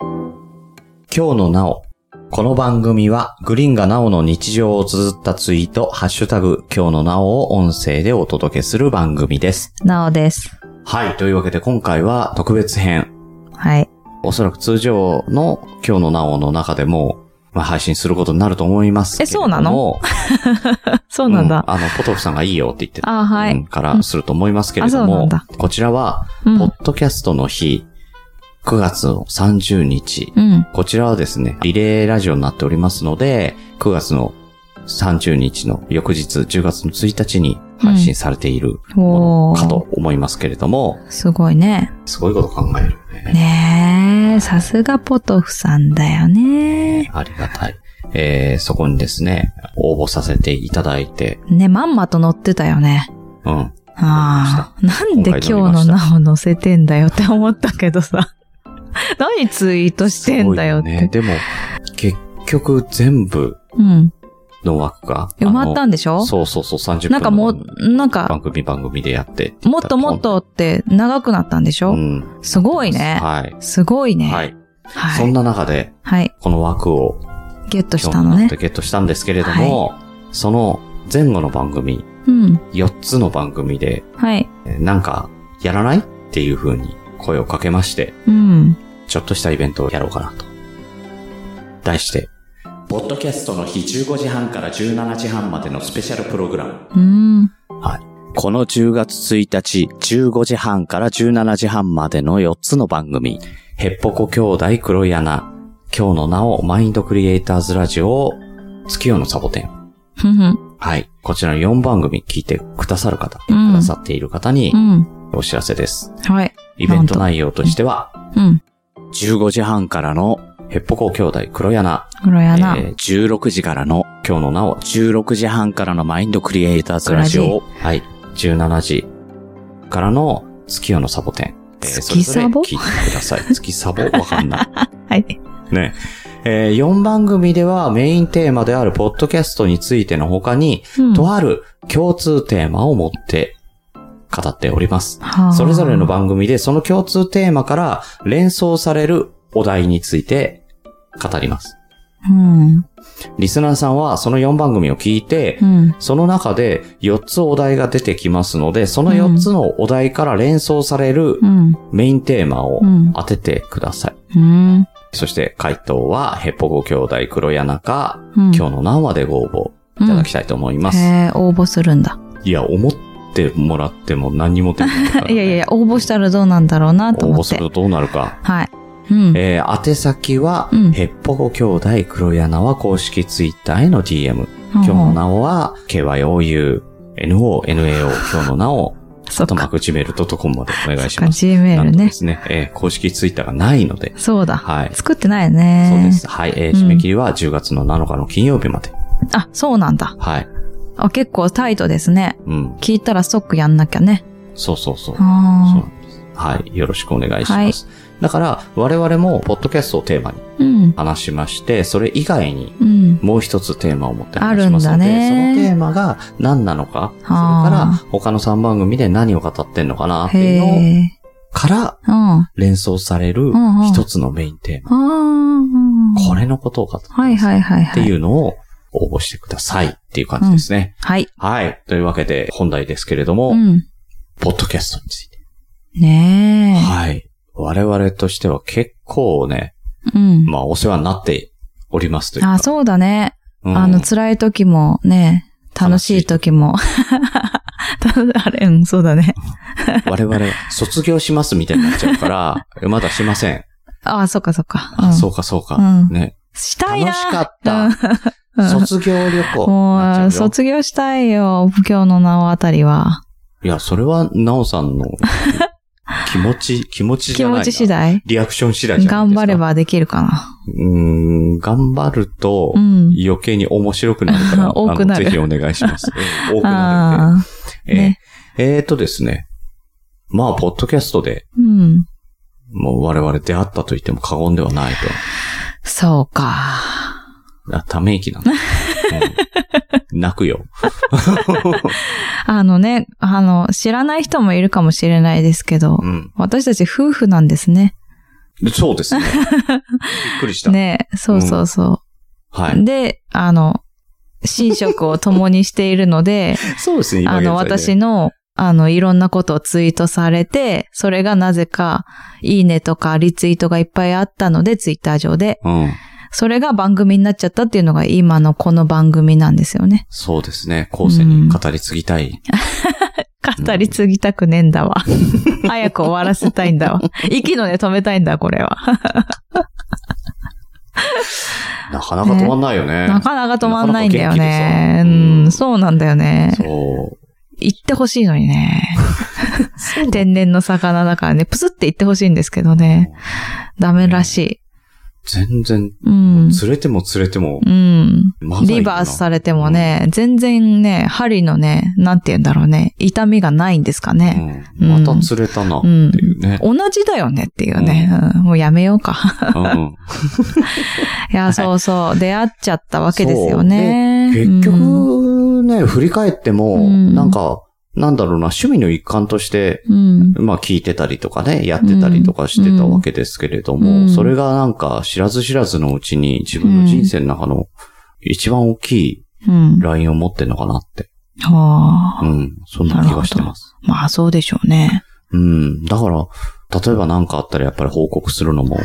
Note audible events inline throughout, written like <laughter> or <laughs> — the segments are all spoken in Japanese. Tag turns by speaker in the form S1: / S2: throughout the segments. S1: 今日のなお。この番組は、グリーンがなおの日常を綴ったツイート、ハッシュタグ、今日のなおを音声でお届けする番組です。
S2: なおです。
S1: はい。というわけで、今回は特別編。
S2: はい。
S1: おそらく通常の今日のなおの中でも、まあ、配信することになると思いますけれども。
S2: えそうなのそうなんだ。
S1: うんあの、ポトフさんがいいよって言ってた。
S2: あは
S1: う
S2: い。
S1: んからすると思いますけれど
S2: あそうな
S1: も
S2: んだ、
S1: こちらは、
S2: う
S1: ポ
S2: ん。
S1: ッドキャストの日、9月の30日、
S2: うん。
S1: こちらはですね、リレーラジオになっておりますので、9月の30日の翌日、10月の1日に配信されているもの
S2: お
S1: か
S2: ー。
S1: と思いますけれども、
S2: すごいね。
S1: すごいこと考えるよね。
S2: ねえ、さすがポトフさんだよね。
S1: ありがたい。えー、そこにですね、応募させていただいて、
S2: ね、まんまと乗ってたよね。
S1: うん。
S2: ああ。なんで今日のなお乗せてんだよって思ったけどさ。 <laughs> 何ツイートしてんだよって。
S1: すごいね。でも、結局全部
S2: うん。
S1: の枠が、
S2: 埋まったんでし
S1: あ
S2: ょ
S1: のそうそうそう、30分
S2: なんかも
S1: の
S2: う、なんか、
S1: 番組番組でやってって言
S2: もったと
S1: ら
S2: もっとって長くなったんでし
S1: ポ
S2: ょ、
S1: ンうん。
S2: すごいね。
S1: は
S2: すごい
S1: い。
S2: ね。
S1: は
S2: はい。
S1: い。そんな中で、
S2: はい。
S1: この枠を
S2: ゲットし
S1: 今
S2: た
S1: 日
S2: の
S1: にな
S2: ね
S1: って。ゲットしたんですけれども、その前後の番組、
S2: うん。
S1: 4つの番組で、
S2: はい。
S1: えーなんか、やらないっていう風に声をかけまして、
S2: うん。
S1: ちょっとしたイベントをやろうかなと。題して、ポッドキャストの日15時半から17時半までのスペシャルプログラム。
S2: うん。
S1: この10月1日、15時半から17時半までの4つの番組、ヘッポコ兄弟黒い穴、今日のなおマインドクリエイターズラジオ、月夜のサボテン。
S2: ふんふん。
S1: はい。こちらの4番組聞いてくださる方、
S2: うん
S1: くださっている方に
S2: うん。
S1: お知らせです。
S2: はい。
S1: イベント内容としては、
S2: うん。
S1: 15時半からのヘッポコ兄弟黒柳、
S2: 黒
S1: え
S2: やな。
S1: ー、16時からの今日のなお、16時半からのマインドクリエイターズラジオ、はい。17時からの月夜のサボテン。えー
S2: 月サボ
S1: それぞれ聞いてくだ
S2: <laughs>
S1: さい。月サボわかんない。
S2: はい。
S1: ね。え4番組ではメインテーマであるポッドキャストについての他に、
S2: うん
S1: とある共通テーマを持って語っております。
S2: はあ
S1: それぞれの番組でその共通テーマから連想されるお題について語ります。
S2: うん。
S1: リスナーさんはその4番組を聞いて
S2: う、ん。
S1: その中で4つお題が出てきますので、その4つのお題から連想される
S2: うん。
S1: メインテーマを
S2: うん
S1: 当ててください。
S2: うん。
S1: そして回答は、ヘッポコ兄弟黒柳か、
S2: うん。
S1: 今日の何話でご応募いただきたいと思います。
S2: へえ、応募するんだ。
S1: いや、思ってもらっても何にも出ないから、ね。
S2: <laughs> いやいやいや、応募したらどうなんだろうなと
S1: 応
S2: 思
S1: 募
S2: っ
S1: す
S2: て
S1: る。とどうなるか。
S2: はい。うん。
S1: えー、宛先は、
S2: うん
S1: ヘッポコ兄弟黒柳は公式ツイッターへの DM。今
S2: 今
S1: 日のなおは、kyou, no, nao, 今日のなお、
S2: そっ
S1: と
S2: か。
S1: まくじめる .com までお願いし
S2: そっか、
S1: ます。なん
S2: Gmail
S1: とで
S2: ね。
S1: すね、えー公式ツイッターがないので、
S2: そうだ。
S1: はい。
S2: 作ってないね。
S1: そうで。す。はい。えー
S2: うん
S1: 締め切りは10月の7日の金曜日まで。
S2: あ、そうなんだ。
S1: はい。
S2: あ、結構タイトですね。
S1: うん。
S2: 聞いたらストックやんなきゃね。
S1: そうそうそう。そう
S2: あ
S1: なんです。はい。よろしくお願いします。だから、我々も、ポッドキャストをテーマに
S2: あ。うん。
S1: 話しまして、それ以外に、
S2: うん。
S1: もう一つテーマを持って話しますので、
S2: あるんだね
S1: そのテーマが何なのか、それ
S2: あー
S1: から他の3番組で何を語ってんのかなって
S2: へ
S1: いうの
S2: え。
S1: から
S2: うん。
S1: 連想される
S2: んうん
S1: 一つのメインテーマ。
S2: ああ。
S1: これのことを語ってます
S2: はいはいはい
S1: って
S2: はい。
S1: いうのを応募してくださいっていう感じですね。
S2: はい。
S1: はい。というわけで本題ですけれども、
S2: うん。
S1: ポッドキャストについて。
S2: ね
S1: はい。我々としては結構ね、
S2: え。うん。
S1: まあお世話になっておりますというか。
S2: あ、そうだね。
S1: うん
S2: あの、辛い時もね、楽しい時も。 <laughs> あれ、うん、そうだね。
S1: 我々、卒業しますみたいになっちゃう
S2: <laughs>
S1: から、えまだしません。
S2: ああ、そうかそうか。
S1: あ、そううかそうか。
S2: うん
S1: ね。
S2: ん。した
S1: 楽
S2: いな。
S1: しかった。
S2: うん
S1: 卒業旅行。
S2: も
S1: なっ
S2: う、
S1: ちゃうよ
S2: 卒業したいよ、今日の名をあたりは。
S1: いや、それは、なおさんの気持
S2: <laughs>
S1: ち、気持ちじ
S2: 気
S1: ゃない
S2: 持
S1: な。
S2: ち次第
S1: リアクション次第じゃないで
S2: 頑
S1: すか。
S2: 張れ。ばできるかな。
S1: うーん、頑張ると
S2: う、ん。
S1: 余計に面白くなるから、
S2: <laughs> 多くなる
S1: あのぜひお願いし
S2: <laughs>
S1: ます。うん多くなるんで。
S2: ああ。
S1: えー
S2: ね
S1: えーとですね。まあ、ポッドキャストで、
S2: うん。
S1: もう我々出会ったと言っても過言ではないと。
S2: そうか。
S1: あ、ため息なん
S2: <laughs>
S1: だ。うん泣くよ。
S2: あのね、あの、知らない人もいるかもしれないですけど、
S1: うん。
S2: 私たち夫婦なんですね。
S1: そう
S2: <laughs>
S1: ですね。びっくりした。
S2: ねそうそうそ
S1: は
S2: う。
S1: い。
S2: で、あの、寝食を共にしているので、
S1: そうですね、 <laughs> 今
S2: あ
S1: 現在
S2: の、
S1: ね
S2: 私の、あの、いろんなことをツイートされて、それがなぜか、いいねとかリツイートがいっぱいあったので、ツイッター上で。
S1: うん。
S2: それが番組になっちゃったっていうのが今のこの番組なんですよね。
S1: そうですね。後世に語り継ぎたい。
S2: 語り継ぎたくねえんだわ。早く終わらせたいん
S1: <laughs>
S2: だわ。息の根止めたいんだ、これは。
S1: なかなか止まんないよね。
S2: なかなか止まんないんだよね。
S1: なかなか元気でさ
S2: うん、そうなんだよね。
S1: そう。
S2: 行ってほしいのにね。天然の魚だからね、プスって行ってほしいんですけどね。ダメらし
S1: 全然、
S2: い。うん。
S1: 釣れても釣れても、
S2: うん。
S1: まだいいな
S2: リバースされてもね、全然ね、針のね、なんて言うんだろうね、痛みがないんですか
S1: う
S2: ね。
S1: ん
S2: うん
S1: また釣れたな、っていうね。
S2: 同じだよねっていうね。うんもうやめようか。 <laughs>
S1: うん
S2: いや、そうそう。出会っちゃったわけですよね。
S1: 結局ね、振り返っても、
S2: うん
S1: なんか、なんだろうな、趣味の一環として、
S2: うん、
S1: まあ聞いてたりとかね、やってたりとかしてたわけですけれども、
S2: うん
S1: それがなんか知らず知らずのうちに自分の人生の中の一番大きい
S2: うん。うん。
S1: ラインを持ってんのかなって、
S2: はあ。
S1: うん、そんな気がしてます。
S2: まあ、そうでしょうね。
S1: うん、だから、例えば何かあったらやっぱり報告するのも、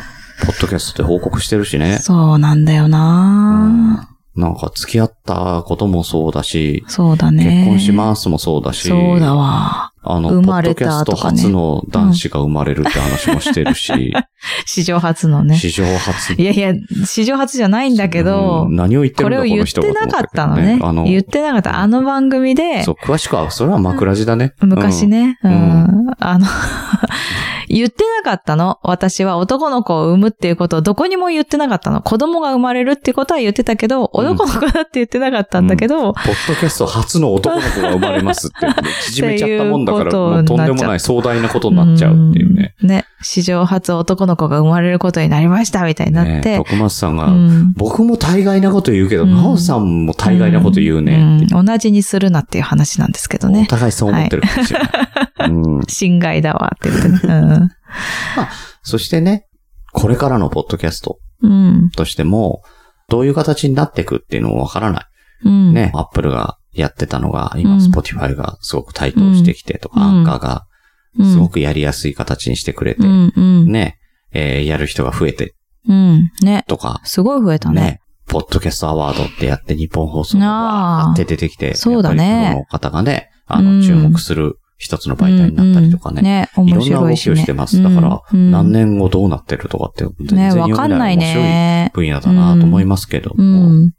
S1: ポッドキャストで報告してるしね。
S2: そうなんだよな、
S1: なんか付き合ったこともそうだし、
S2: そうだ
S1: 結
S2: ね。
S1: 婚しますもそうだし、
S2: そうだわ。
S1: あの、
S2: 生まれ
S1: ポッドキャ
S2: た
S1: スト
S2: とかね
S1: 初の男子が生まれるって話もしてるし、
S2: 史上初の <laughs> ね。
S1: 史上初。
S2: いやいや、史上初じゃないんだけど、
S1: うん何を言ってる
S2: こ
S1: んだ
S2: れを
S1: こ
S2: 言
S1: の
S2: っ
S1: 人
S2: てなかったのね
S1: と思。って
S2: 言
S1: る
S2: っ
S1: け
S2: てなかった。あの番組
S1: どねあ
S2: で
S1: の、そう、詳しくは、それは枕地だね。
S2: 昔ね、う
S1: うんん
S2: あの、 <laughs> 言ってなかったの。私は男の子を産むっていうことをどこにも言ってなかったの。子供が生まれるってことは言ってたけど、
S1: うん
S2: 男の子だって言ってなかったんだけど、
S1: ポッドキャスト初の男の子が生まれます
S2: <laughs>
S1: って、縮めちゃったもんだか
S2: っ
S1: ら、
S2: ていうこと
S1: もうとんでもない壮大なことになっちゃうっていうね。
S2: ん。ね、史上初男の子が生まれることになりましたみたいになっ
S1: ね
S2: て、
S1: 徳松さん
S2: う
S1: が、
S2: ん。
S1: 僕も大概なこと言うけど、
S2: うん
S1: なおさんも大概なこと言うね。
S2: うん同じにするなっていう話なんですけど
S1: お
S2: ね。
S1: 互いそう思ってるかもしれない。うん
S2: 侵害だわって言ってね。うん
S1: そしてね、これからのポッドキャスト
S2: うん。
S1: としても、どういう形になっていくっていうのもわからない。
S2: うん。
S1: ね、アップルがやってたのが、
S2: う
S1: 今、
S2: ん
S1: スポティファイがすごく台頭してきてとか、
S2: うん
S1: アンカーが
S2: うん。
S1: すごくやりやすい形にしてくれて
S2: う、んうん。
S1: ね、えーやる人が増えて
S2: うん。ね。
S1: とか、
S2: すごい増えたね。
S1: ね、ポッドキャストアワードってやって日本放送が
S2: あ
S1: わ
S2: ー
S1: ーって出てきて、
S2: そうだね
S1: やっぱりプロの方がね、あ
S2: うん
S1: の、注目する一つの媒体になったりとか
S2: うんうん
S1: ね、
S2: ね。
S1: いろ
S2: 面
S1: んな
S2: 白
S1: 動
S2: い
S1: き
S2: し
S1: を
S2: ね。
S1: してます。だから、
S2: うん
S1: 何年後どうなってるとかって、全然
S2: ね、わ
S1: 読
S2: か
S1: め
S2: んな
S1: ない
S2: い
S1: 面白い
S2: ね。
S1: 分野だなと思いますけど
S2: う
S1: も、
S2: ん。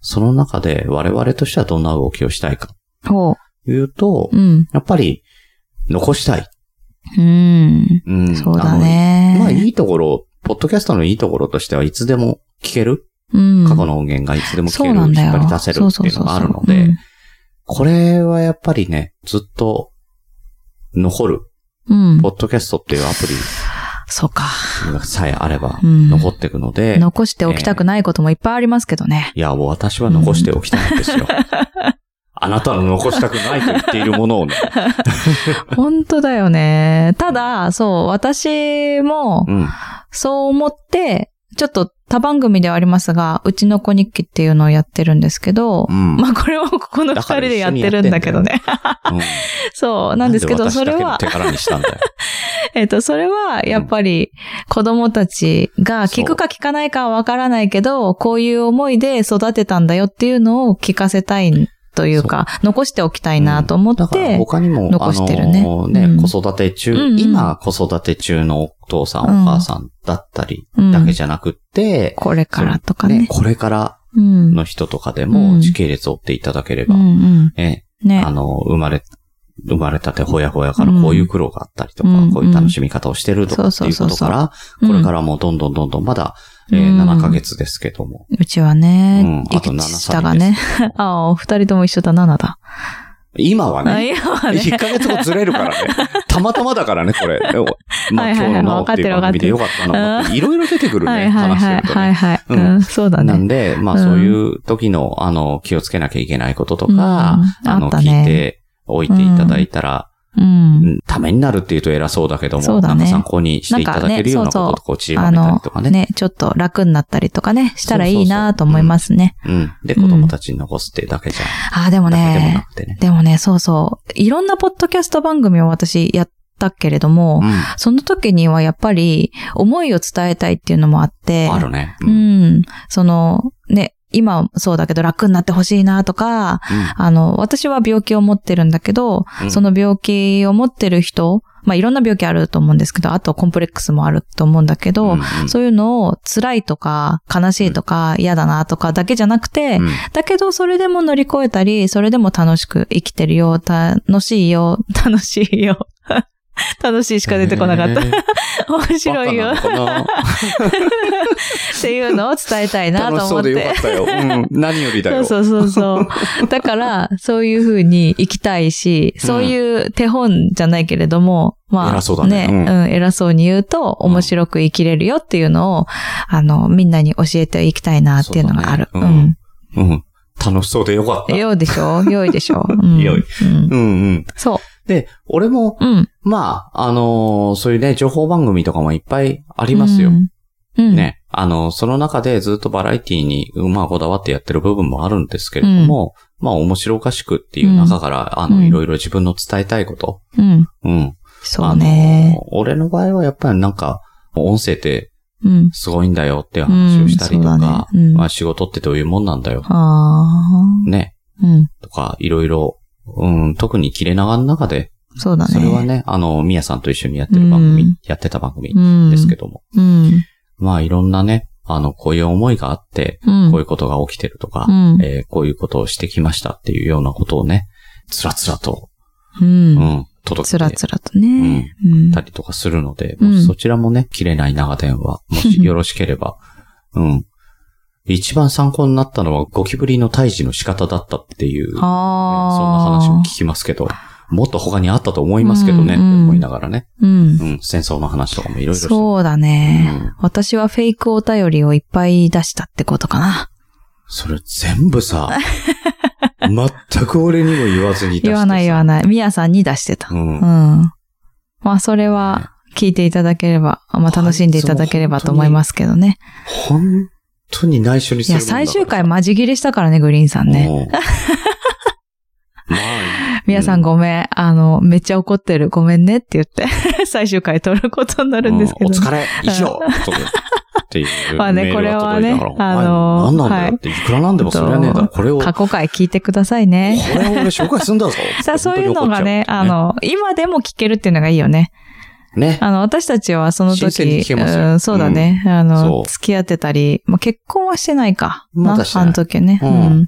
S1: その中で我々としてはどんな動きをしたいか
S2: ほ
S1: というと、
S2: う。うん。
S1: やっぱり残したい。
S2: うん。
S1: うん
S2: そうだ
S1: あ
S2: ね。
S1: のまあいいところ、ポッドキャストのいいところとしてはいつでも聞ける、
S2: うん。
S1: 過去の音源がいつでも聞
S2: そ
S1: け
S2: う
S1: る、
S2: なんだ
S1: 引
S2: よ
S1: っ張り出せる
S2: そう
S1: って
S2: そう
S1: いう
S2: そ
S1: の
S2: う
S1: があるの
S2: う
S1: で
S2: ん、
S1: これはやっぱりね、ずっと残る、
S2: うん
S1: ポ。ッドキャストっていうアプ
S2: そうか。
S1: リがさえあれば
S2: うん
S1: 残っていくので、
S2: 残しておきたくないこともいっぱいありますけどね。
S1: いや、もう私は残しておきたいんですよ。 <laughs> あなたの残したくないと言っているもの
S2: <laughs>
S1: をね。 <laughs>
S2: 本当だよね。ただ、そう、私も、
S1: うん。
S2: そう思って、ちょっと他番組ではありますが、うちの子日記っていうのをやってるんですけど
S1: う、ん。
S2: まあこれはここの二
S1: だから
S2: 人でやってるんだけどね。
S1: <laughs> うん
S2: そう、なんですけど、それ
S1: な
S2: は
S1: んで私だけの手、柄にしたん
S2: <laughs>
S1: だよ。
S2: えっと、それはやっぱり子供たちが聞くか聞かないかはわからないけど、こういう思いで育てたんだよっていうのを聞かせたいというか、残しておきたいなと思っ
S1: だから
S2: て、
S1: 他にも、
S2: 残してるね
S1: あのね、
S2: うん
S1: 子育て中、
S2: うんうん
S1: 今子育て中のお父さん、
S2: うん
S1: お母さんだったり
S2: うん
S1: だけじゃなくって、
S2: これからとかね。
S1: これから
S2: うん。
S1: の人とかで
S2: うん
S1: も時系列を追っていただけれ
S2: う
S1: ば、
S2: ん
S1: ね、
S2: うん。ね
S1: あ。の、生まれ、生まれたてほやほやからこういう苦労があったりとか、
S2: うん
S1: こういう楽しみ方をしてると
S2: うん
S1: かっていうことから、
S2: うん
S1: これからもどんどんどんどんまだ、えー
S2: うん
S1: 7ヶ月ですけども。
S2: うちはね、
S1: うん
S2: い
S1: あと
S2: く
S1: 7
S2: つ下がね。 <laughs> ああ、お二人とも一緒だ、7だ。
S1: 今は
S2: あ
S1: ね、
S2: いや、ね。
S1: 1ヶ月後ずれる
S2: <laughs>
S1: からね。たまたまだからね、これ。ま
S2: は
S1: あ
S2: いはいはい
S1: 今日のなおっていう番組でよかったなって。いろいろ出てくる
S2: は
S1: ね、
S2: いはい
S1: 話し
S2: は
S1: て
S2: い。
S1: ると
S2: はい
S1: ね。
S2: はい。う
S1: うん
S2: ん、そうだ
S1: な
S2: ね
S1: ん。で、まあ
S2: うん
S1: そういう時の、あの、気をつけなきゃいけないこととか、
S2: うん
S1: あ
S2: あ
S1: の、
S2: った
S1: 聞
S2: ね
S1: いておいていただいたら、
S2: うん。
S1: うんためになるっていうと偉そうだけども、
S2: そうだね
S1: なんか参考にしていただけるようなこと
S2: なんかねそうそう
S1: をこう、ちりばめたりとかね。
S2: ね、ちょっと楽になったりとかね、したらいいなと思いますね。
S1: うん。で、
S2: うん
S1: 子供たちに残すってだけじゃ、
S2: ああ、でも
S1: だけでもな
S2: ね、
S1: くてね。
S2: でもね、そうそう。いろんなポッドキャスト番組を私やったけれども、
S1: う
S2: その時にはやっぱり思いを伝えたいっていうのもあって、
S1: ん。あるね。う。
S2: うんん。その、ね、今もそうだけど楽になってほしいなとか、あの、私は病気を持ってるんだけど、
S1: うん
S2: その病気を持ってる人、まあいろんな病気あると思うんですけど、あとコンプレックスもあると思うんだけど、
S1: うんうん
S2: そういうのを辛いとか悲しいとか嫌だなとかだけじゃなくて、
S1: うん
S2: だけどそれでも乗り越えたり、それでも楽しく生きてるよ、楽しいよ、 <laughs> 楽しいよ。 <laughs> 楽しいしか出てこなかった。
S1: へー
S2: 面白いよ
S1: バカなのかな
S2: っていうのを伝えたいな
S1: 楽
S2: と
S1: し
S2: 思
S1: そう
S2: っ
S1: でよか
S2: て
S1: っ。たよ。うん。何よりだ
S2: そ
S1: よ。
S2: うそうそうそう。だから、そういう風に生きたいし、そういう手本じゃないけれども、まあ、
S1: 偉そうだね
S2: うん、偉そうに言うと、面白く生きれるよっていうのを、あの、みんなに教えていきたいなっていうのがある。
S1: そううだね
S2: ん。
S1: うん。楽しそうでよかった。
S2: 良いでし
S1: <laughs>
S2: ょ良いでしょうん。
S1: 良い
S2: うん
S1: うんうん。
S2: そ
S1: で、俺も、
S2: う。うん。
S1: まあ、あのーそういうね、情報番組とかもいっぱいありますよ
S2: う。ん。うん。
S1: ね。あの、その中でずっとバラエティに、まあ、こだわってやってる部分もあるんですけれども、まあ、面白おかしくっていう中から、あ
S2: う
S1: の、
S2: ん
S1: いろいろ自分の伝えたいこと。
S2: うん。
S1: うん。
S2: そうね。
S1: あの、俺の場合はやっぱりなんか、音声って
S2: うん。
S1: すごいんだよっていう話をしたりと
S2: うんそ
S1: か
S2: うだ、ねうん
S1: まあ、仕事ってどういうもんなんだよ。
S2: あ
S1: ね。
S2: あ。うん。
S1: とか、いろいろ、うん、特に切れ長の中で、
S2: そうだね。
S1: それはね、あの、みやさんと一緒にやってる番組、
S2: うん
S1: やってた番組
S2: うん。
S1: ですけども。
S2: うん。
S1: まあ、いろんなね、あの、こういう思いがあって、
S2: うん。
S1: こういうことが起きてるとか、
S2: うん
S1: えーこういうことをしてきましたっていうようなことをね、つらつらと、
S2: う。
S1: うんん、届
S2: つ
S1: け
S2: ら
S1: て
S2: つらとね。うん
S1: たりとかするので、
S2: うん
S1: もしそちらもね、切れない長電話、もしよろしければ、うん。一番参考になったのは、ゴキブリの退治の仕方だったっていう、そんな
S2: ああ。
S1: 話も聞きますけど、もっと他にあったと思いますけどね、
S2: うんうん
S1: って思いながらね、
S2: うん
S1: う。ん、戦争の話とかもいろいろして
S2: そうだね、
S1: うん
S2: 私はフェイクお便りをいっぱい出したってことかな。
S1: それ全部
S2: <laughs>
S1: さ、全く俺にも言わずに出して
S2: 言わない言わ
S1: な
S2: ない。ミヤさんに出してた。
S1: う
S2: うん。
S1: ん。
S2: まあ、それは聞いていただければ、まあ、楽しんでいただければと思いますけどね。
S1: 本当に内緒にす
S2: い
S1: る
S2: や、
S1: もんだから
S2: 最終回マジ切れしたからね、グリーンさんね。
S1: うん
S2: <laughs>
S1: まあ、
S2: ミヤさんごめん。あの、めっちゃ怒ってる。ごめんねって言って、 <laughs> 最終回撮ることにな
S1: あ
S2: るんですけど、
S1: お疲れ、以上とかっていう。
S2: まあね
S1: メールが届いたから
S2: これはね
S1: お前
S2: あの
S1: 何
S2: ー
S1: なんだよって、いくらなんでもそれはねえだろ。これを、こ
S2: 過
S1: れ
S2: 去回聞いてください
S1: を
S2: ね。
S1: 俺紹介すんだぞ。
S2: <laughs> さあ、そういうのがね、あ
S1: 本当に怒っ
S2: の、今でも聞けるっていうのがいいよね。
S1: ちゃうね。ね。
S2: あの、私たちはその
S1: 新鮮に
S2: 時
S1: 聞、けますよ
S2: うんそうだね。あ
S1: そ
S2: の、
S1: う
S2: 付き合ってたり、まあ、結婚はしてないか。
S1: まだ
S2: な
S1: してない
S2: あの時ね、
S1: う
S2: うんん。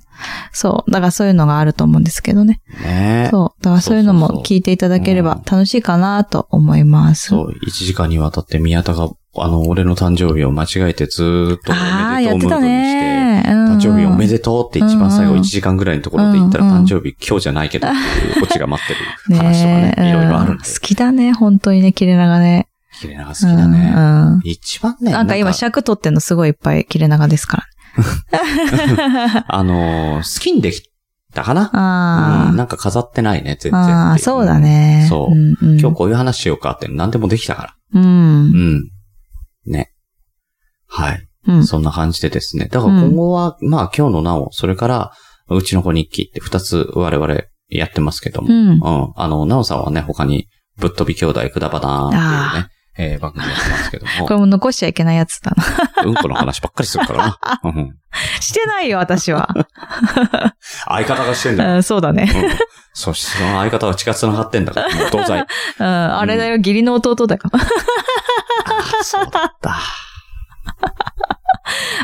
S2: そう。だからそういうのがあると思うんですけどね。
S1: ね
S2: そう。だからそういうの
S1: そうそう
S2: も
S1: そう
S2: 聞いていただけれ
S1: うん
S2: ば楽しいかなと思います。
S1: そう、1時間にわたって宮田が、あの、俺の誕生日を間違えてずーっと
S2: ああ、
S1: おめ
S2: やっ
S1: でとうムー
S2: て
S1: ド
S2: た
S1: にして、
S2: ね。誕
S1: 誕生日おめ
S2: で
S1: でとうって一番最後
S2: うんう
S1: 1
S2: ん
S1: 時間ぐらいのところで言ったら
S2: うんうん
S1: 誕生日今日じゃないけどっていうオチが待ってる話
S2: <laughs>
S1: とかね、いろいろあるん
S2: 好
S1: で。
S2: きだね、本当にね、切れ長ね。
S1: 切れ長好きだ
S2: う
S1: ね。
S2: んうん
S1: 一番ね、
S2: なんか今尺取ってんのすごいいっぱい切れ長ですから。
S1: あのー、好きにできたかなうん、
S2: あ
S1: なんか飾ってないね、全
S2: あ。
S1: 然。
S2: ああ、そうだ。ね。
S1: そうん
S2: ん
S1: 今日こういう話しようかって何でもできたから。
S2: うん
S1: う。ん。ね。はい。
S2: うん。
S1: そんな感じでですね。だから今後は、まあ今日のなお、それから、うちの子日記って二つ我々やってますけども、
S2: うん。
S1: うん。あの、なおさんはね、他に、ぶっ飛び兄弟くだばなーっていうね、えー番組やってますけど
S2: これ
S1: も、
S2: も残しちゃいけないやつだ
S1: <laughs>
S2: な。
S1: うんこの話ばっかりするからな。うん
S2: してないよ、私は。
S1: 相方がしてんだよ。
S2: <laughs> うん、そうだね。
S1: うんそしてその相方は血が繋がってんだから、もう当
S2: <laughs>
S1: 然。
S2: うん、あれだよ、義理の弟だから。
S1: あそうだった。
S2: <laughs>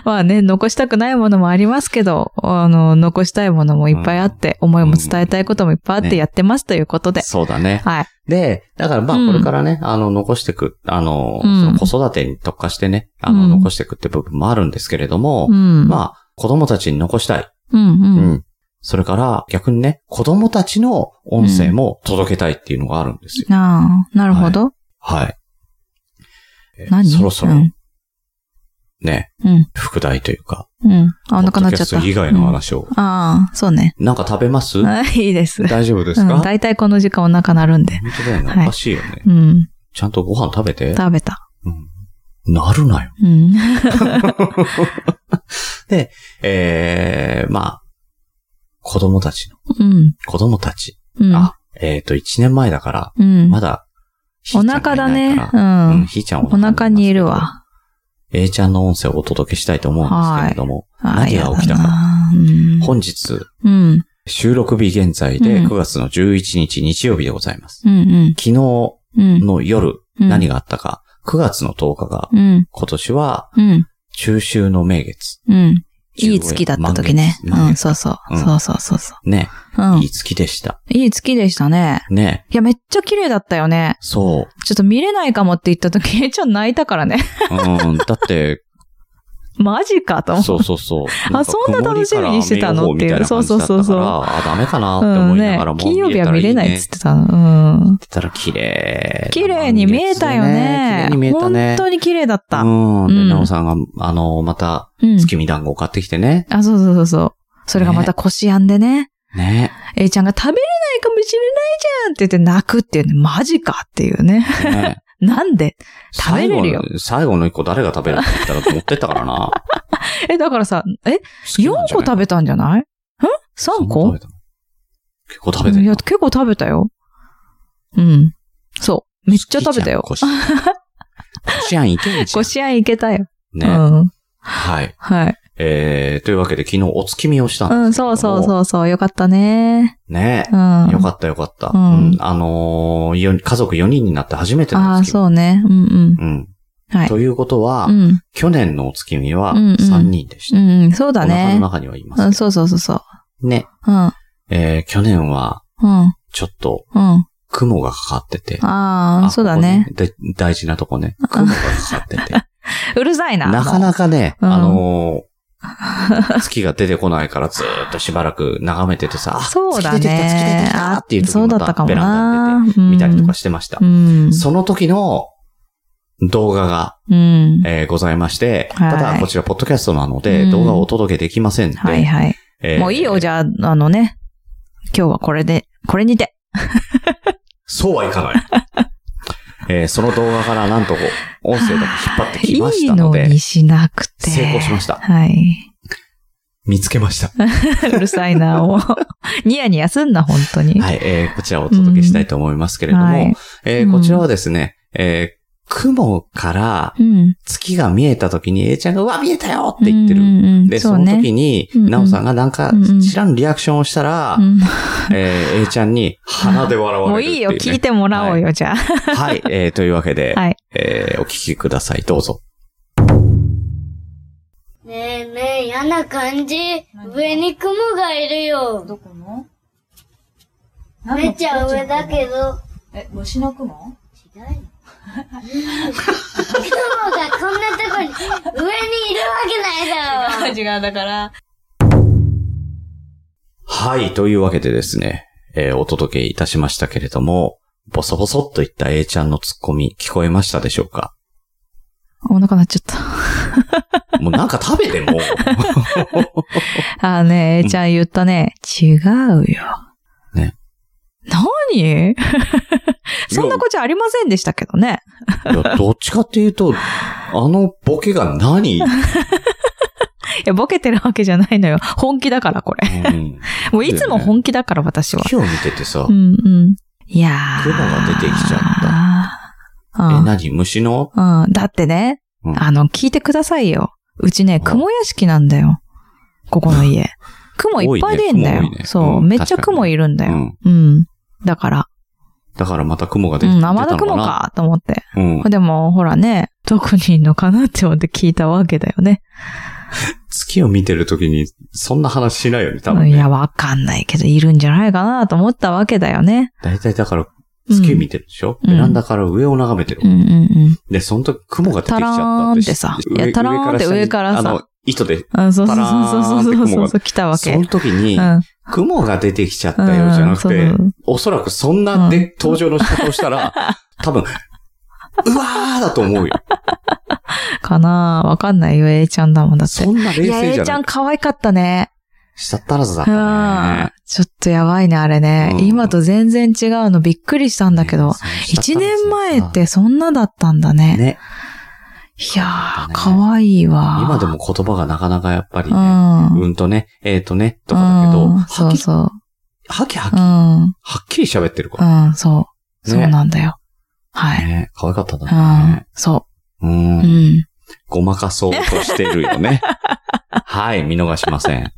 S2: まあね、残したくないものもありますけど、あの、残したいものもいっぱいあって、思いも伝えたいこともいっぱいあっ
S1: ね
S2: てやってますということで。
S1: そうだね。
S2: はい。
S1: で、だからま
S2: う
S1: あ
S2: ん
S1: これからね、あの、残してく、あの、
S2: うん
S1: その子育てに特化してね、あの、
S2: うん
S1: 残してくって部分もあるんですけれども、
S2: うん。あ、
S1: まあ、子供たちに残したい。
S2: うんう。
S1: うんん。それから、逆にね、子供たちの音声も届けたいっていうのがあるんですよ。
S2: なあ、なるほど。
S1: はい。え
S2: 何
S1: そろそろ、
S2: うん
S1: ね、
S2: うん。
S1: 副題というか、
S2: うん。あ、お腹な
S1: ポッド
S2: っちゃった。
S1: キャスト以外の話を。
S2: うんああ、そうね。
S1: なんか食べます
S2: あいいです。
S1: 大丈夫ですか、
S2: うん。大体この時間お腹なるんで。
S1: 本当だよね。
S2: はい
S1: おかしいよね。
S2: うん。
S1: ちゃんとご飯食べて。
S2: 食べた。
S1: うん。なるなよ。
S2: うん。
S1: で、えー、まあ、子供たちの、
S2: うん。
S1: 子供たち。
S2: うん。
S1: あ、えっ、と、1年前だから、
S2: うん。
S1: まだ、ひ
S2: お
S1: ーちゃんが
S2: 腹
S1: い
S2: だ
S1: ない
S2: ね
S1: か。
S2: う
S1: らうんん、。ひーちゃん
S2: お腹にいる。わ。
S1: A ちゃんの音声をお届けしたいと思うんですけれども、
S2: ああ
S1: 何が起きた
S2: やだ
S1: か。
S2: なうん
S1: 本日、
S2: うん。
S1: 収録日現在で
S2: うん
S1: 9月の11日日曜日でございます。
S2: うん。
S1: 昨日
S2: うん。
S1: の夜、
S2: うん。
S1: 何
S2: が
S1: があったか、9月の10日が、
S2: うん。
S1: 今年は
S2: うん。
S1: 中秋の名月。
S2: うん。いい月だった時ね。
S1: 15満月満月
S2: うん、そうそう
S1: う。ん
S2: そうそうそうそ
S1: ね、
S2: う。うん
S1: いい。月でした。
S2: いい月でしたね。
S1: ね、
S2: いや、めっちゃ綺麗だったよね。
S1: そう。
S2: ちょっと見れないかもって言った時、 <laughs> えいちゃん泣いたからね。 <laughs>
S1: うん、だって、
S2: マジかと思う。
S1: そうそうそう。か
S2: そんな楽しみにしてたの
S1: 曇りから雨予報みたいな感じだったから
S2: っていうそうそうそうそう
S1: あ、ダメかなって
S2: う
S1: 思
S2: ん
S1: いながら
S2: ね
S1: も。。
S2: 金曜日は見れないっつっててたの。うん。
S1: たら綺麗。
S2: 綺麗に見えたよね。
S1: 綺麗に見えたね
S2: 本。当に綺麗だった。うん。
S1: うん。
S2: う
S1: で、
S2: ん
S1: なおさんが、あの、また、月見団子を買ってきてね。
S2: あ、そうそうそうそう。それがまた腰やんでね。
S1: ね。
S2: えいちゃんが食べれないかもしれないじゃんって言って泣くっていうね。マジかっていうね。 <laughs>
S1: ね
S2: なんで食べれるよ
S1: 最後の最後の一個誰が食べるって言ったら持ってったからな。
S2: <laughs> え、だからさ、え、4個食べたんじゃないん ?3
S1: そん
S2: 個
S1: な食べたの結構食べて
S2: い
S1: る
S2: や、
S1: な。
S2: 結構食べたよ。うん。そう。めっちゃ食べたよ。
S1: 好きじゃん。こしあんいけんじゃ
S2: ご
S1: ん。
S2: 試合いけたよ。う
S1: ね。
S2: ん。
S1: はい。
S2: はい。
S1: えー、というわけで昨日お月見をしたんですけ
S2: う
S1: れども
S2: ん、そうそうそうそう。よかったね。
S1: ね
S2: う。ん。
S1: よかったよかった。う
S2: うん
S1: ん。あのーよ家族4人になって初めて
S2: あ
S1: の
S2: あー、
S1: 月見。
S2: そうね。うんうん。
S1: うん。
S2: はい。
S1: ということは
S2: う、ん。
S1: 去年のお月見は
S2: うんうん
S1: 3人でした。
S2: うん、そうだ
S1: お腹の
S2: ね。
S1: 中にはいま
S2: う
S1: すけ
S2: ん、
S1: ど。
S2: そうそうそうそう。
S1: ね。
S2: うん、
S1: えー、去年は、
S2: うん、
S1: ちょっと、
S2: うん。
S1: 雲がかかってて。
S2: ああ、
S1: あ
S2: そうだね。。
S1: ここで、大事なとこ
S2: <laughs>
S1: ね。雲がかかってて。
S2: うるさいな。
S1: なか
S2: もう
S1: なかね、
S2: うん
S1: あのー月が出てこないからずーっとしばらく眺めててさ、あ
S2: <laughs> そうだ
S1: 月出てきた、月出て
S2: ね
S1: き。たっていう時
S2: そう
S1: に
S2: だ
S1: ま
S2: った
S1: た
S2: かも
S1: ベランダに
S2: な。
S1: 出て見たりとか
S2: し
S1: してました
S2: う。ん。
S1: その時の動画が、
S2: うん。
S1: えーございまして、
S2: はい
S1: ただこちらポッドキャストなので、
S2: うん
S1: 動画をお届けできませんので、
S2: はいはい。
S1: えー
S2: もういいよ、じゃあ、あのね。今日はこれで、これにて。
S1: そうはいかない。
S2: <laughs>
S1: えーその動画からなんと音声だけ引っ張って
S2: い
S1: きまし
S2: い
S1: たの
S2: の
S1: で、
S2: にしなくて。
S1: 成功しました
S2: はい。 <laughs>
S1: 見つけました。
S2: うるさいな、もう。 <laughs> ニヤニヤすんな、本当に。
S1: はい、えーこちらをお届けしたいと思いますけれども、
S2: はい
S1: えー
S2: うん
S1: こちらはですね、えー雲から
S2: うん。
S1: 月が見えた時に、A ちゃんが、うわ、見えたよって言ってる。
S2: うんうんうん
S1: で、
S2: そ
S1: そうの
S2: ね
S1: 時に、
S2: うんうん
S1: なおさんがなんか
S2: うんうん
S1: 知らんリアクションをしたら、
S2: うん
S1: えー A ちゃんに鼻で笑
S2: も
S1: わ
S2: う
S1: れるって
S2: いい
S1: いう、ね。
S2: よ、聞いてもらおうよ、じゃ
S1: はい、えーというわけで、
S2: あ。はい。
S1: えーお聞きください。どうぞ。
S3: ねえねえ、嫌な感じ。上に雲がいるよ。
S4: どこの
S3: めっちゃ上だけ
S4: <laughs>
S3: ど。
S4: え、虫の雲
S3: 違うよ。雲がこんなとこに、上にいるわけないだろ。
S4: 違う、だから。
S1: はい、というわけでですね、えーお届けいたしましたけれども、ボソボソっといった A ちゃんのツッコミ聞こえましたでしょうか
S2: お腹なっちゃった。
S1: もうなんか食べてもう。
S2: あーね、えいちゃん言ったね。違うよ。
S1: ね。
S2: 何 <laughs> そんなこっちゃありませんでしたけどね。
S1: いや、どっちかっていうと、あのボケが何、う
S2: いや、ボケてるわけじゃないのよ。本気だから、これ。 <laughs>
S1: ん、
S2: もういつも本気だから、私は。
S1: 木を見ててさ、
S2: う
S1: え、
S2: んうん。いやー。。
S1: 雲が出てきちゃった
S2: うん。
S1: 何虫の
S2: うん、だってね、
S1: うん
S2: あの、聞いてくださいよ。うちね、
S1: ん
S2: 雲屋敷なんだよ。ここの家。雲いっぱい出んだよ。
S1: 多いね雲多いね
S2: そう、
S1: うん
S2: めっちゃ雲いるんだ
S1: う
S2: よ。
S1: ん。
S2: うん。だから、
S1: だからまた雲が
S2: う
S1: 出てき
S2: ん、
S1: たの
S2: 生
S1: かな。
S2: 田雲かと思って。
S1: うん。
S2: でも、ほらね、どこにいるのかなって思って聞いたわけだよね。
S1: 月を見てるときに、そんな話しないよね、多
S2: うん
S1: 分、
S2: い
S1: ね。
S2: や、わかんないけど、いるんじゃないかなと思ったわけだよね。
S1: 大体だから、
S2: うん
S1: 月見てるでしょ、
S2: うん
S1: ベランダから上を眺めてる。
S2: うんうんうん。
S1: で、その時雲が出てきちゃった
S2: タラーンってさ
S1: 上
S2: いやタラーンって上からさ
S1: あの、糸で。
S2: あそうそう
S1: パラ
S2: そう
S1: ーン
S2: そ
S1: っ
S2: う
S1: て
S2: そ
S1: 雲が
S2: うそうそう、来たわ
S1: そ
S2: け。
S1: の時に、
S2: うん。
S1: 雲が出てきちゃったよじゃなくて、
S2: うんそう
S1: おそらくそんな
S2: <laughs>
S1: で、登場の仕方をしたら、多分、うわーだと思うよ。
S2: かなわかんないよ、A ちゃんだもんだって
S1: そ。んな冷
S2: いや、
S1: 静じ
S2: A
S1: ゃ
S2: ちゃ
S1: なんい。
S2: 可愛かったね。
S1: 下ったらずだっ
S2: う
S1: た
S2: ん
S1: ね。。
S2: ちょっとやばいね、あれね。
S1: うん
S2: 今と全然違うのびっくりしたんだけど。
S1: ね
S2: 一年前っ。てそんなだったんだね。
S1: ね。そう
S2: いやー、
S1: だね
S2: 可愛いわ。
S1: 今でも言葉がなかなかやっぱり
S2: う
S1: ね、
S2: ん。
S1: うんとね、えーとね、とかだけど、
S2: うん
S1: は
S2: そう
S1: っきり、
S2: そう。
S1: はきは
S2: う
S1: き、
S2: ん。
S1: はっきり喋ってるから。
S2: うん、そう。そうなんだよ。はい。
S1: ね。可愛かったん
S2: う
S1: だ
S2: ん
S1: ね。。。
S2: そうう。うんん。
S1: ごまかそうとしてるよ
S2: <laughs>
S1: ね。はい、見逃しません。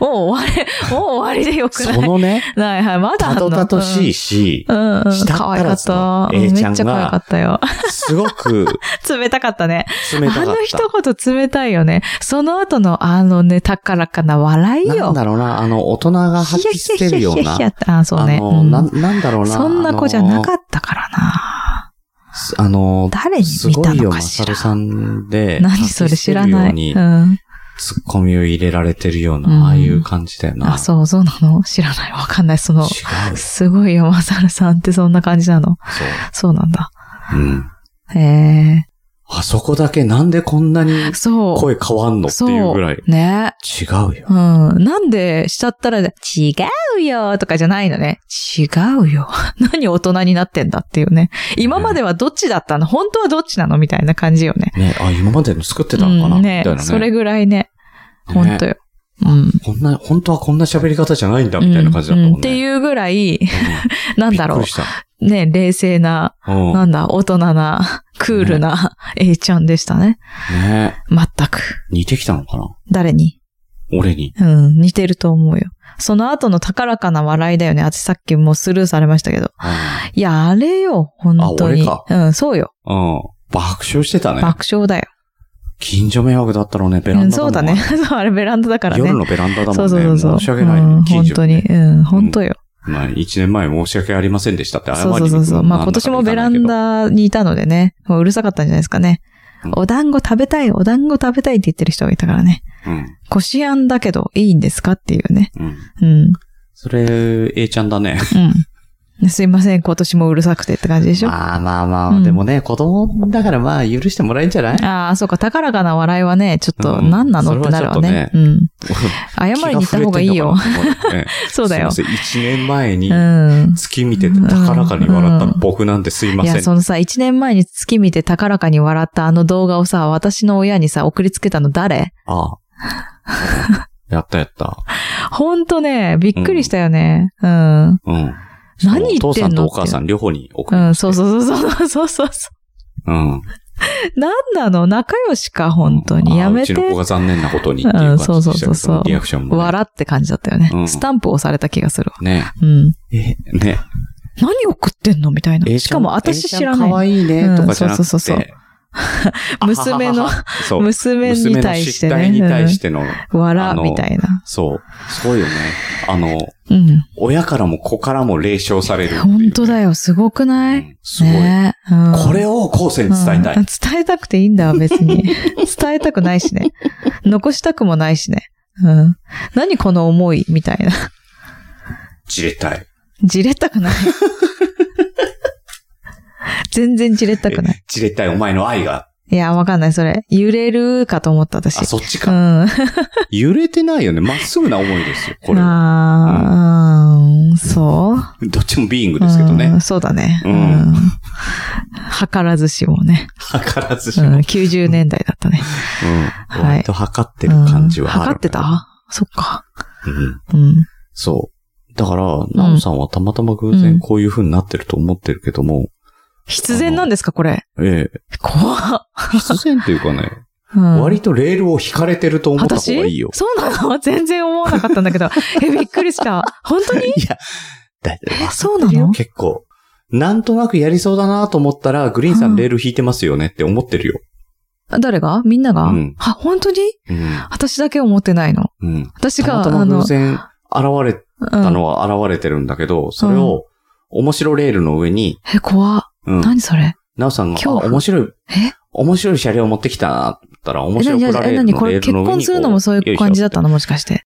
S2: もう終
S1: <laughs>
S2: わり、もう終わりでよくな
S1: そ
S2: い。
S1: のね、
S2: はいはい、まだあ
S1: た
S2: んの
S1: どたどしいし、
S2: うんうんうん。
S1: 舌
S2: 可愛かっ
S1: 足ら
S2: た。
S1: ずの A
S2: めっ
S1: ち
S2: ち
S1: ゃんが
S2: ゃ可愛かったよ。 <laughs>
S1: すごく
S2: 冷たかったね。
S1: 冷た
S2: <laughs>
S1: か
S2: あ
S1: っ
S2: の
S1: た。
S2: 一言冷たいよね。その後のあのね、高らかな笑いよ。
S1: なんだろうな、あの、大人が吐き捨てるよう
S2: ヒヤ
S1: な
S2: ヒヤヒヤヒヤ。ってあ、そうね。
S1: あの、
S2: うん
S1: な、なんだろうな。
S2: そんな子じゃなか
S1: っ
S2: ったからな。
S1: た。あの、
S2: 誰に
S1: す
S2: 見
S1: ご
S2: た
S1: いよ、
S2: の
S1: マ
S2: か
S1: サ
S2: し
S1: ル
S2: ら。
S1: さんで。
S2: 何それ知ら
S1: 吐き捨てる
S2: な
S1: よ
S2: い。
S1: うに
S2: うん。
S1: ツッコミを入れられてるよう
S2: うん
S1: な、ああいう感じだよな。
S2: あ、そう、そうなの知らない。わかんない。その、
S1: 違う。そ
S2: すごいよ、マサルさんってそんな感じなの。そうなんだ。
S1: う。うん。
S2: へえ。
S1: あそこだけなんでこんなに
S2: そう。
S1: 声変わんのって
S2: そう
S1: いうぐらい。違
S2: ね。
S1: うよ。
S2: うん。なんで、しちゃったら、違うよとかじゃないのね。違うよ。 <laughs> 何大人になってんだっていうね。今まではどっちだったの本当はどっちなのみたいな感じよね。
S1: ね、あ、今までの作ってたのかな
S2: うん
S1: みた
S2: ね
S1: いなね。
S2: それぐらいね。本当
S1: ね
S2: よ。うん。
S1: こんな、本当はこんな喋り方じゃないんだ、みたいな感じだった
S2: うん
S1: も
S2: うんんって
S1: ね。
S2: いうぐらい、なんだろ
S1: び
S2: う
S1: っくり。した。
S2: ね、冷静な、
S1: うん。
S2: なんだ、大人
S1: <laughs>
S2: な、クールな A ちゃんでしたね。
S1: ね
S2: 全く。
S1: 似てきたのかな
S2: 誰に
S1: 俺に。
S2: うん、似てると思うよ。その後の高らかな笑いだよね。あさっきもうスルーされましたけど。
S1: う
S2: いや、あれよ、本当に。
S1: あ俺
S2: うん、そうよ。
S1: ん。うん爆笑してたね。
S2: 爆笑だよ。
S1: 近所迷惑だったろうね、ベラ
S2: う
S1: ン
S2: ん、
S1: ダだ
S2: そ
S1: も
S2: うんだね。。 <laughs> そう、あれベランダだからね。
S1: 夜のベランダだもんね。
S2: そうそうそうそう。
S1: 申し訳ないね。
S2: うん、
S1: 近
S2: 本
S1: 所
S2: 当に。うん、本当よ。
S1: まあ、一年前申し訳ありませんでしたって謝り
S2: そ
S1: に
S2: う
S1: 行く
S2: そうそうそう。
S1: のも
S2: まあ今年もベラン
S1: なんだか
S2: ダにいたのでね、もううるさかったんじゃないですかね
S1: うん。
S2: お団子食べたい、お団子食べたいって言ってる人がいたからね。
S1: わかんないけど
S2: こしあんだけどいいんですかっていうね。
S1: うん。うん。
S2: うん。
S1: それ、A ちゃんだね。
S2: うん。すいません、今年もうるさくてって感じでしょ。
S1: <laughs> まあ
S2: あ
S1: まあまあ、
S2: うん
S1: でもね、子供だからまあ許してもらえんじゃ
S2: <laughs>
S1: ない
S2: あー、そうか、高らかな笑いはね、ちょっ
S1: う
S2: と
S1: ん
S2: 何なのってなるわね。
S1: そ
S2: うん。謝りに行った方がいいよ。。 <laughs> そうだよ。
S1: 一年前に
S2: うん。
S1: 月見てて高らかに笑った僕なんてすいま
S2: い
S1: せん。
S2: や、そのさ、一年前に月見て高らかに笑ったあの動画をさ、私の親にさ、送りつけたの誰
S1: ああ。やったやった。
S2: ほんとね、びっくりしたよね。うん。うん、
S1: うん。
S2: 何言
S1: お父
S2: って
S1: さん
S2: ん
S1: と
S2: の
S1: お母さん両方に送る。
S2: そうそうそうそうそうそうそ
S1: うん。
S2: う。なんなの仲良しか、本当に。やめて
S1: あうち。の子が残念なことにっていう感じでしたけど
S2: うんそうそうそうそう
S1: リアクションもね。
S2: 笑って感じだったよね、
S1: うん
S2: スタンプ押された気がするわ。
S1: ね。
S2: うん。
S1: え、ね。
S2: 何送ってんのみたいな。
S1: A
S2: し
S1: ちゃ
S2: か
S1: ん
S2: も私
S1: A ちゃん
S2: 知らない。
S1: 可愛いね、とかじゃな
S2: うんそうそう
S1: く
S2: そうそう
S1: て。
S2: 娘の
S1: あはははは、そう
S2: <laughs> 娘に対してね。
S1: 娘の失態に対しての、
S2: うん
S1: あ
S2: 笑
S1: の
S2: みたいな。
S1: そう。すごいよね。あの、
S2: うん。
S1: 親からも子からも霊障されるっていうね。
S2: 本当だよ。すごく
S1: う
S2: ない、
S1: ん。すごい。
S2: ねうん
S1: これを後世に伝えた
S2: う
S1: い
S2: ん。伝えたくていいんだわ、別に。
S1: <laughs>
S2: 伝えたくないしね。残したくもないしね。うん。何この思いみたいな。
S1: じれたい。
S2: じれった
S1: <laughs>
S2: くない。全然じれったくない。
S1: じれたいお前の愛が。
S2: いや、わかんない、それ。揺れるかと思った、私。
S1: あ、そっち
S2: う
S1: か。
S2: ん。
S1: 揺れてないよね。まっすぐな思いですよ。これは。
S2: あーうん、そう
S1: どっちもビーイングですけど
S2: う
S1: ね
S2: ん。そうだね。
S1: うん
S2: うん計らずしもね。
S1: 図らずし
S2: う
S1: も。
S2: ん、
S1: うん。
S2: 90年代だったね。い
S1: 割と測ってる感じはある。
S2: うん測ってたそっか。
S1: うん。
S2: うん。
S1: そう。だから、ナオさんはたまたま偶然こういう風になってると思ってるけども、
S2: 必然なんですか、これ。
S1: ええ、
S2: 怖っ。
S1: 必然というかね、
S2: うん
S1: 割とレールを引かれてると思った方
S2: 私
S1: がいいよ。
S2: そうなの <laughs> 全然思わなかったんだけど。 <laughs> え、びっくりした。本当に
S1: いや、だい
S2: え、そうなの
S1: 結構、なんとなくやりそうだなと思ったら、グリーンさ
S2: うんん
S1: レール引いてますよねって思ってるよ。
S2: 誰がみんなが、
S1: うん
S2: あ、本当に
S1: うん。
S2: 私だけ思ってないの。
S1: うん。
S2: 私
S1: た
S2: が、
S1: また
S2: あ
S1: ま
S2: の
S1: 偶、然現れ
S2: うん
S1: たのは現れてるんだけど、それを、面白レールの上に、
S2: え、怖っ
S1: うん。
S2: 何それ
S1: ナオさんが、あ
S2: 恐怖
S1: 面白い、
S2: え
S1: 面白い車両持ってきたな、って言ったら、面
S2: え、
S1: 白い
S2: 何、
S1: プラレール
S2: 何、何、こ
S1: のレ
S2: れ
S1: ール
S2: 結
S1: の上にこう。
S2: 婚するのもそういう感じだったのもしかして。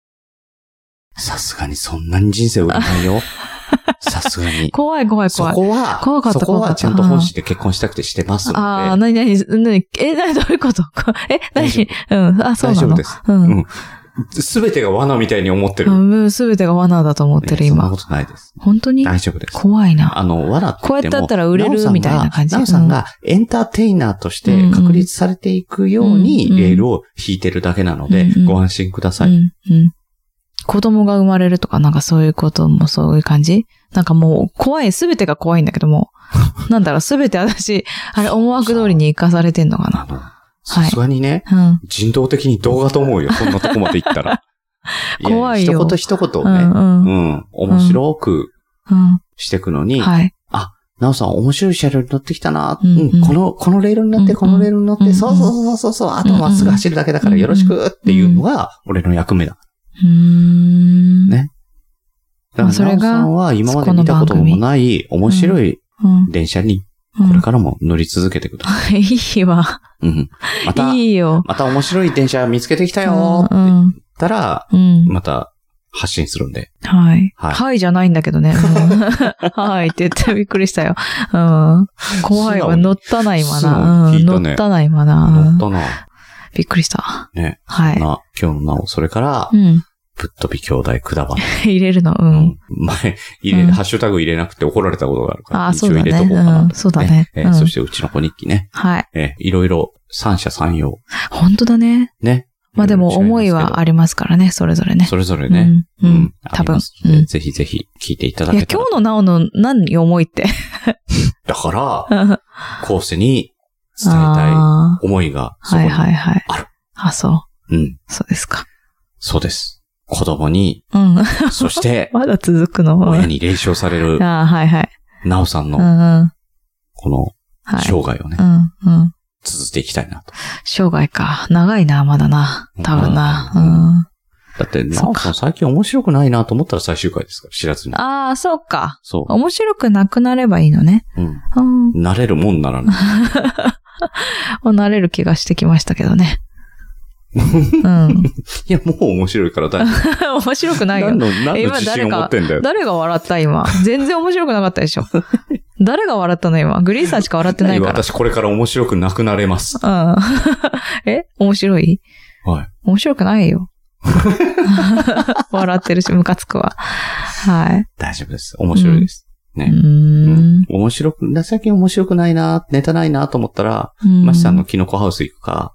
S2: <laughs>
S1: さすがにそんなに人生売れないよ。さすがに。
S2: 怖い怖い
S1: そ
S2: 怖い。
S1: こは、
S2: 怖かった
S1: そこ
S2: 怖か
S1: は
S2: った
S1: ちゃんと本心で結婚したくてしてますので。
S2: ああ、なになに、なに、え、なに、どういうこと <laughs> え、な
S1: 大丈
S2: に、うん、あ、そう
S1: 大
S2: な
S1: 丈
S2: の
S1: 夫です。
S2: う。
S1: うんん。すべてが罠みたいに思ってる。
S2: うん、すべてが罠だと思ってる、
S1: ねそんな
S2: 今
S1: こ。とないです。
S2: 本当に
S1: 大丈夫です。
S2: 怖いな。
S1: あの、わらって言も
S2: こうやってやったら売れるみたいな感じ
S1: なおさんがなおさんがエンターテイナーとして確立されていくように
S2: うんうん
S1: レールを引いてるだけなので
S2: うんうん、
S1: ご安心くださ
S2: う
S1: い。
S2: ん、うん。子供が生まれるとか、なんかそういうこともそういう感じなんかもう、怖い、すべてが怖いんだけど
S1: <laughs>
S2: も。なんだろう、すべて私、あれ、思惑通りに生かされてんのか
S1: あの、さすがにね、
S2: な。うん。
S1: 人道的に動画と思うよ、そんなとこまで行ったら。やや
S2: <laughs> 怖いよ
S1: 一言一
S2: う
S1: 言をね、
S2: ん、
S1: う
S2: うん、
S1: ん、面白く
S2: う
S1: していくのに、
S2: ん。はい。
S1: なおさん面白い車両に乗ってきたな、
S2: うん
S1: うんこの、このレールになっ
S2: う
S1: て、
S2: ん
S1: このレールに乗って、
S2: うん
S1: そうそうそうそうそう、あとはまっすぐ走るだけだからよろしくっていうのが、俺の役目だ。
S2: うーん。
S1: ねだか
S2: まあそ
S1: ら、な
S2: れ
S1: お
S2: が
S1: さんは今まで見たこともない面白い
S2: うん。
S1: 電車に、
S2: うん
S1: これからも乗り続けてくださ
S2: <laughs> いいわ。
S1: い。うん。また、
S2: いいよ。
S1: また面白い電車見つけてきたよーって
S2: う
S1: 言っ
S2: ん。
S1: たら、
S2: うん。
S1: また発信するんで。
S2: はい。
S1: はい
S2: はいじゃないんだけど
S1: <laughs>
S2: ね。うんはいって言ってびっくりしたよ。うん。怖
S1: 素
S2: い
S1: 直
S2: わ。
S1: に
S2: 乗ったな、今
S1: 素直
S2: な。う
S1: に聞
S2: ん。
S1: いたね
S2: 乗ったな、今な。
S1: 乗っ
S2: うん
S1: たな。
S2: びっくりした。
S1: ね。
S2: はい。
S1: な、今日のなお、それから
S2: う、ん。
S1: ぶっ飛び兄弟くだばな。
S2: 入れるの。う。
S1: うんん前、入れ、
S2: うん
S1: ハッシュタグ入れなくて怒られたことがあるから、
S2: ああ、
S1: 一
S2: そ
S1: 応
S2: う
S1: 入
S2: だ
S1: れ
S2: ね。
S1: とこうかな
S2: う。ん。そうだね。
S1: え
S2: う
S1: ー
S2: ん
S1: そしてうちの子日記ね。
S2: はい。
S1: えーいろいろ三者三様。
S2: 本当だね。
S1: ね。
S2: まあでも思いはありますからね、それぞれね。
S1: それぞれね。
S2: うん。うん。
S1: あ
S2: 多
S1: り
S2: 分
S1: ま。す
S2: う
S1: ので
S2: ん。
S1: ぜひぜひ聞いていただ
S2: いや
S1: け、たら
S2: 今。日のなおの何思いって。
S1: だから、
S2: 伝え
S1: 後世に伝えたい
S2: は
S1: 思いが、そこ
S2: い
S1: に。
S2: はいはい。
S1: ある
S2: あ、そう。
S1: うん。
S2: そうですか。
S1: そうです。子供
S2: <laughs>
S1: に、
S2: うん。
S1: そ
S2: <laughs>
S1: して、
S2: まだ続くの。
S1: 親に霊障される、
S2: ああ、はいはい。
S1: なおさん
S2: うんう
S1: の、
S2: ん。
S1: この、
S2: はい。
S1: 生涯をね
S2: う、んうん。
S1: 続けていきたいなと。
S2: 生涯か。長いな、まだな。多分
S1: う
S2: な。
S1: だって、な
S2: そうか
S1: おさん最近面白くないなと思ったら最終回ですから、知らず
S2: う
S1: に
S2: ん。。ああ、そうか。
S1: そ
S2: 面白くなくなればいいのね。
S1: う。うん。
S2: うん。も
S1: 慣れるもんな
S2: <laughs>
S1: らない。
S2: う慣れる気がしてきましたけ
S1: <laughs>
S2: どね。うん。 <laughs>
S1: いや、もう面白いから大丈夫。
S2: 面白 <laughs> くないよ
S1: 何。の、何の
S2: 今
S1: 自信
S2: 誰
S1: を
S2: か
S1: 持ってんだよ。
S2: 誰が笑った今。全然面白くなかった
S1: <laughs>
S2: でしょ。誰が笑ったの今。グリーンさんしか笑ってないから。
S1: 私これから面白くなくなれます。
S2: うん。 <laughs> え面白い
S1: はい。
S2: 面白くな
S1: <laughs>
S2: いよ。笑ってるし、ムカつくわ。はい。
S1: 大丈夫です。面白いです。
S2: うー
S1: ね。
S2: ん。
S1: 面白く、だ最近面白くないな、ネタないなと思ったら、
S2: うん
S1: マシさんの。キノコハウス行く
S2: <laughs>
S1: か、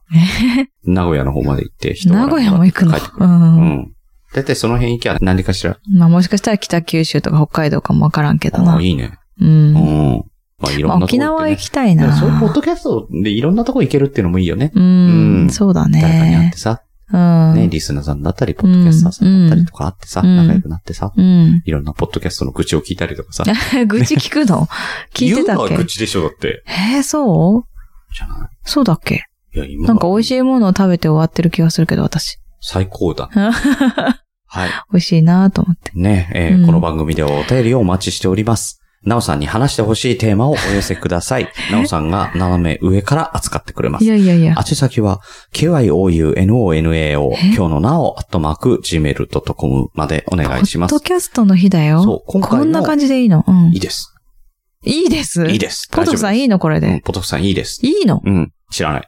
S1: 名古屋の方まで行って、人が
S2: 名古屋も行くの
S1: 帰って。く
S2: う。
S1: るうんん。だいたいその辺行きゃ何かしら。
S2: まあもしかしたら北九州とか北海道かもわからんけど
S1: あ
S2: な
S1: あ、。いいね。
S2: うん。
S1: う
S2: ま
S1: ん。まあいろ
S2: あ
S1: んなとこ行ってね
S2: 沖縄行きたい
S1: だか
S2: な
S1: ら。そういうポッドキャストでいろんなとこ行けるっていうのもいいよね。
S2: う。
S1: うんん
S2: そうだ
S1: 誰かに会っ
S2: ね
S1: て。さ、
S2: うん。
S1: ね、リスナーさんだったり、ポッドキャスターさんだったりとかあってさ、
S2: うん
S1: 仲良くなってさ、
S2: うん。
S1: いろんなポッドキャストの愚痴を聞いたりとかさ。
S2: 愚痴 <laughs> 聞くの聞いてた
S1: 言う
S2: っ
S1: のは
S2: け
S1: 愚痴でしょ、だって。
S2: えー、そう
S1: じゃない
S2: そうだっけ
S1: いや、今
S2: なんか美味し
S1: い。
S2: いものを食べて終わってる気がするけど、私。
S1: 最高
S2: <laughs>
S1: だ。はい。
S2: 美味しいなと思って。
S1: ね、えー
S2: うん
S1: この番組ではお便りをお待ちしております。なおさんに話してほしいテーマをお寄せください。なおさんが斜め上から扱ってくれま
S2: い
S1: す。
S2: やいやいや。
S1: 宛先は、kyounonao、
S2: え
S1: 今日のなお、アットマーク、gmail.com までお願いします
S2: ポッド。キャストの日だよ。
S1: そう今回の
S2: こんな感じでいいの。うん
S1: いい。です。
S2: いいです。
S1: いいです。
S2: ポトフさんいい
S1: の
S2: のこ
S1: う
S2: れ
S1: ん、
S2: で。
S1: ポトフさんいいです。
S2: いいの
S1: うん、知ら
S2: <laughs>
S1: ない。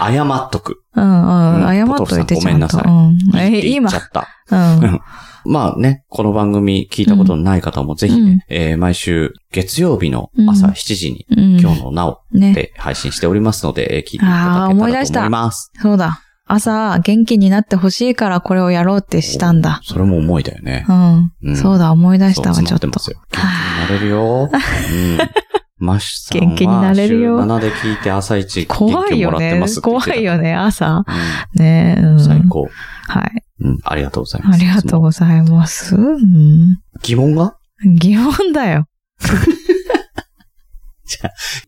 S1: 謝っとく。
S2: うんうん。
S1: うん
S2: 謝っといて
S1: ポトフさん
S2: ちゃんと。
S1: ごめ
S2: うん。
S1: いいっ
S2: え、
S1: て言っ
S2: 今
S1: ちゃ。った。
S2: うん。
S1: まあね、この番組聞いたことのない方もぜひね、
S2: うん
S1: えー毎週月曜日の朝
S2: うん
S1: 7時に、
S2: うん。
S1: 今日のなお
S2: ね。
S1: で配信しておりますので、えー聞いていただけたらと思います。
S2: あー思いそうだ。朝、元気になってほしいからこれをやろうってしたんだ。
S1: それも思いだよね。
S2: う
S1: うん
S2: ん。そうだ、思い出したわ、
S1: そう
S2: ちょっと
S1: 詰。まってますよ元気になれるよ。うん。マッシュさんは
S2: 元気になれるよ
S1: 週7で聞いて朝一元
S2: 怖
S1: 気
S2: い
S1: をも
S2: よ
S1: らって
S2: ね
S1: ます。って言ってた
S2: 怖いよ。ね、朝。
S1: う
S2: ねうん
S1: ん。最高。
S2: はい。
S1: うん。ありがとうございま
S2: あ
S1: す。
S2: りがとうございます。うん。
S1: 疑問が
S2: 疑問だよ。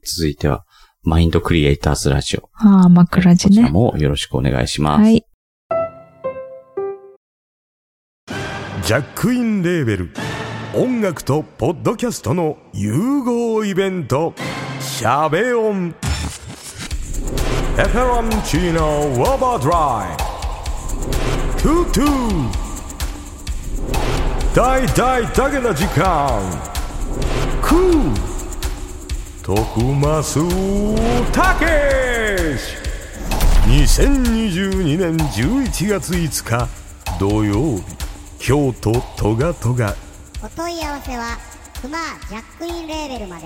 S1: 続いては、マインドクリエイターズラジオ。
S2: ああ、枕地
S1: こちら
S2: ね。
S1: もよろしくお願いします。
S2: はい。
S5: ジャックインレーベル音楽とポッドキャストの融合イベント「シャベオン」「エフェロンチーノウォーバードライ」「トゥトゥ」大大だけな時間クー徳マスたけし2022年11月5日土曜日京都トガトガ
S6: お問い合わせはクマージャックインレーベルまで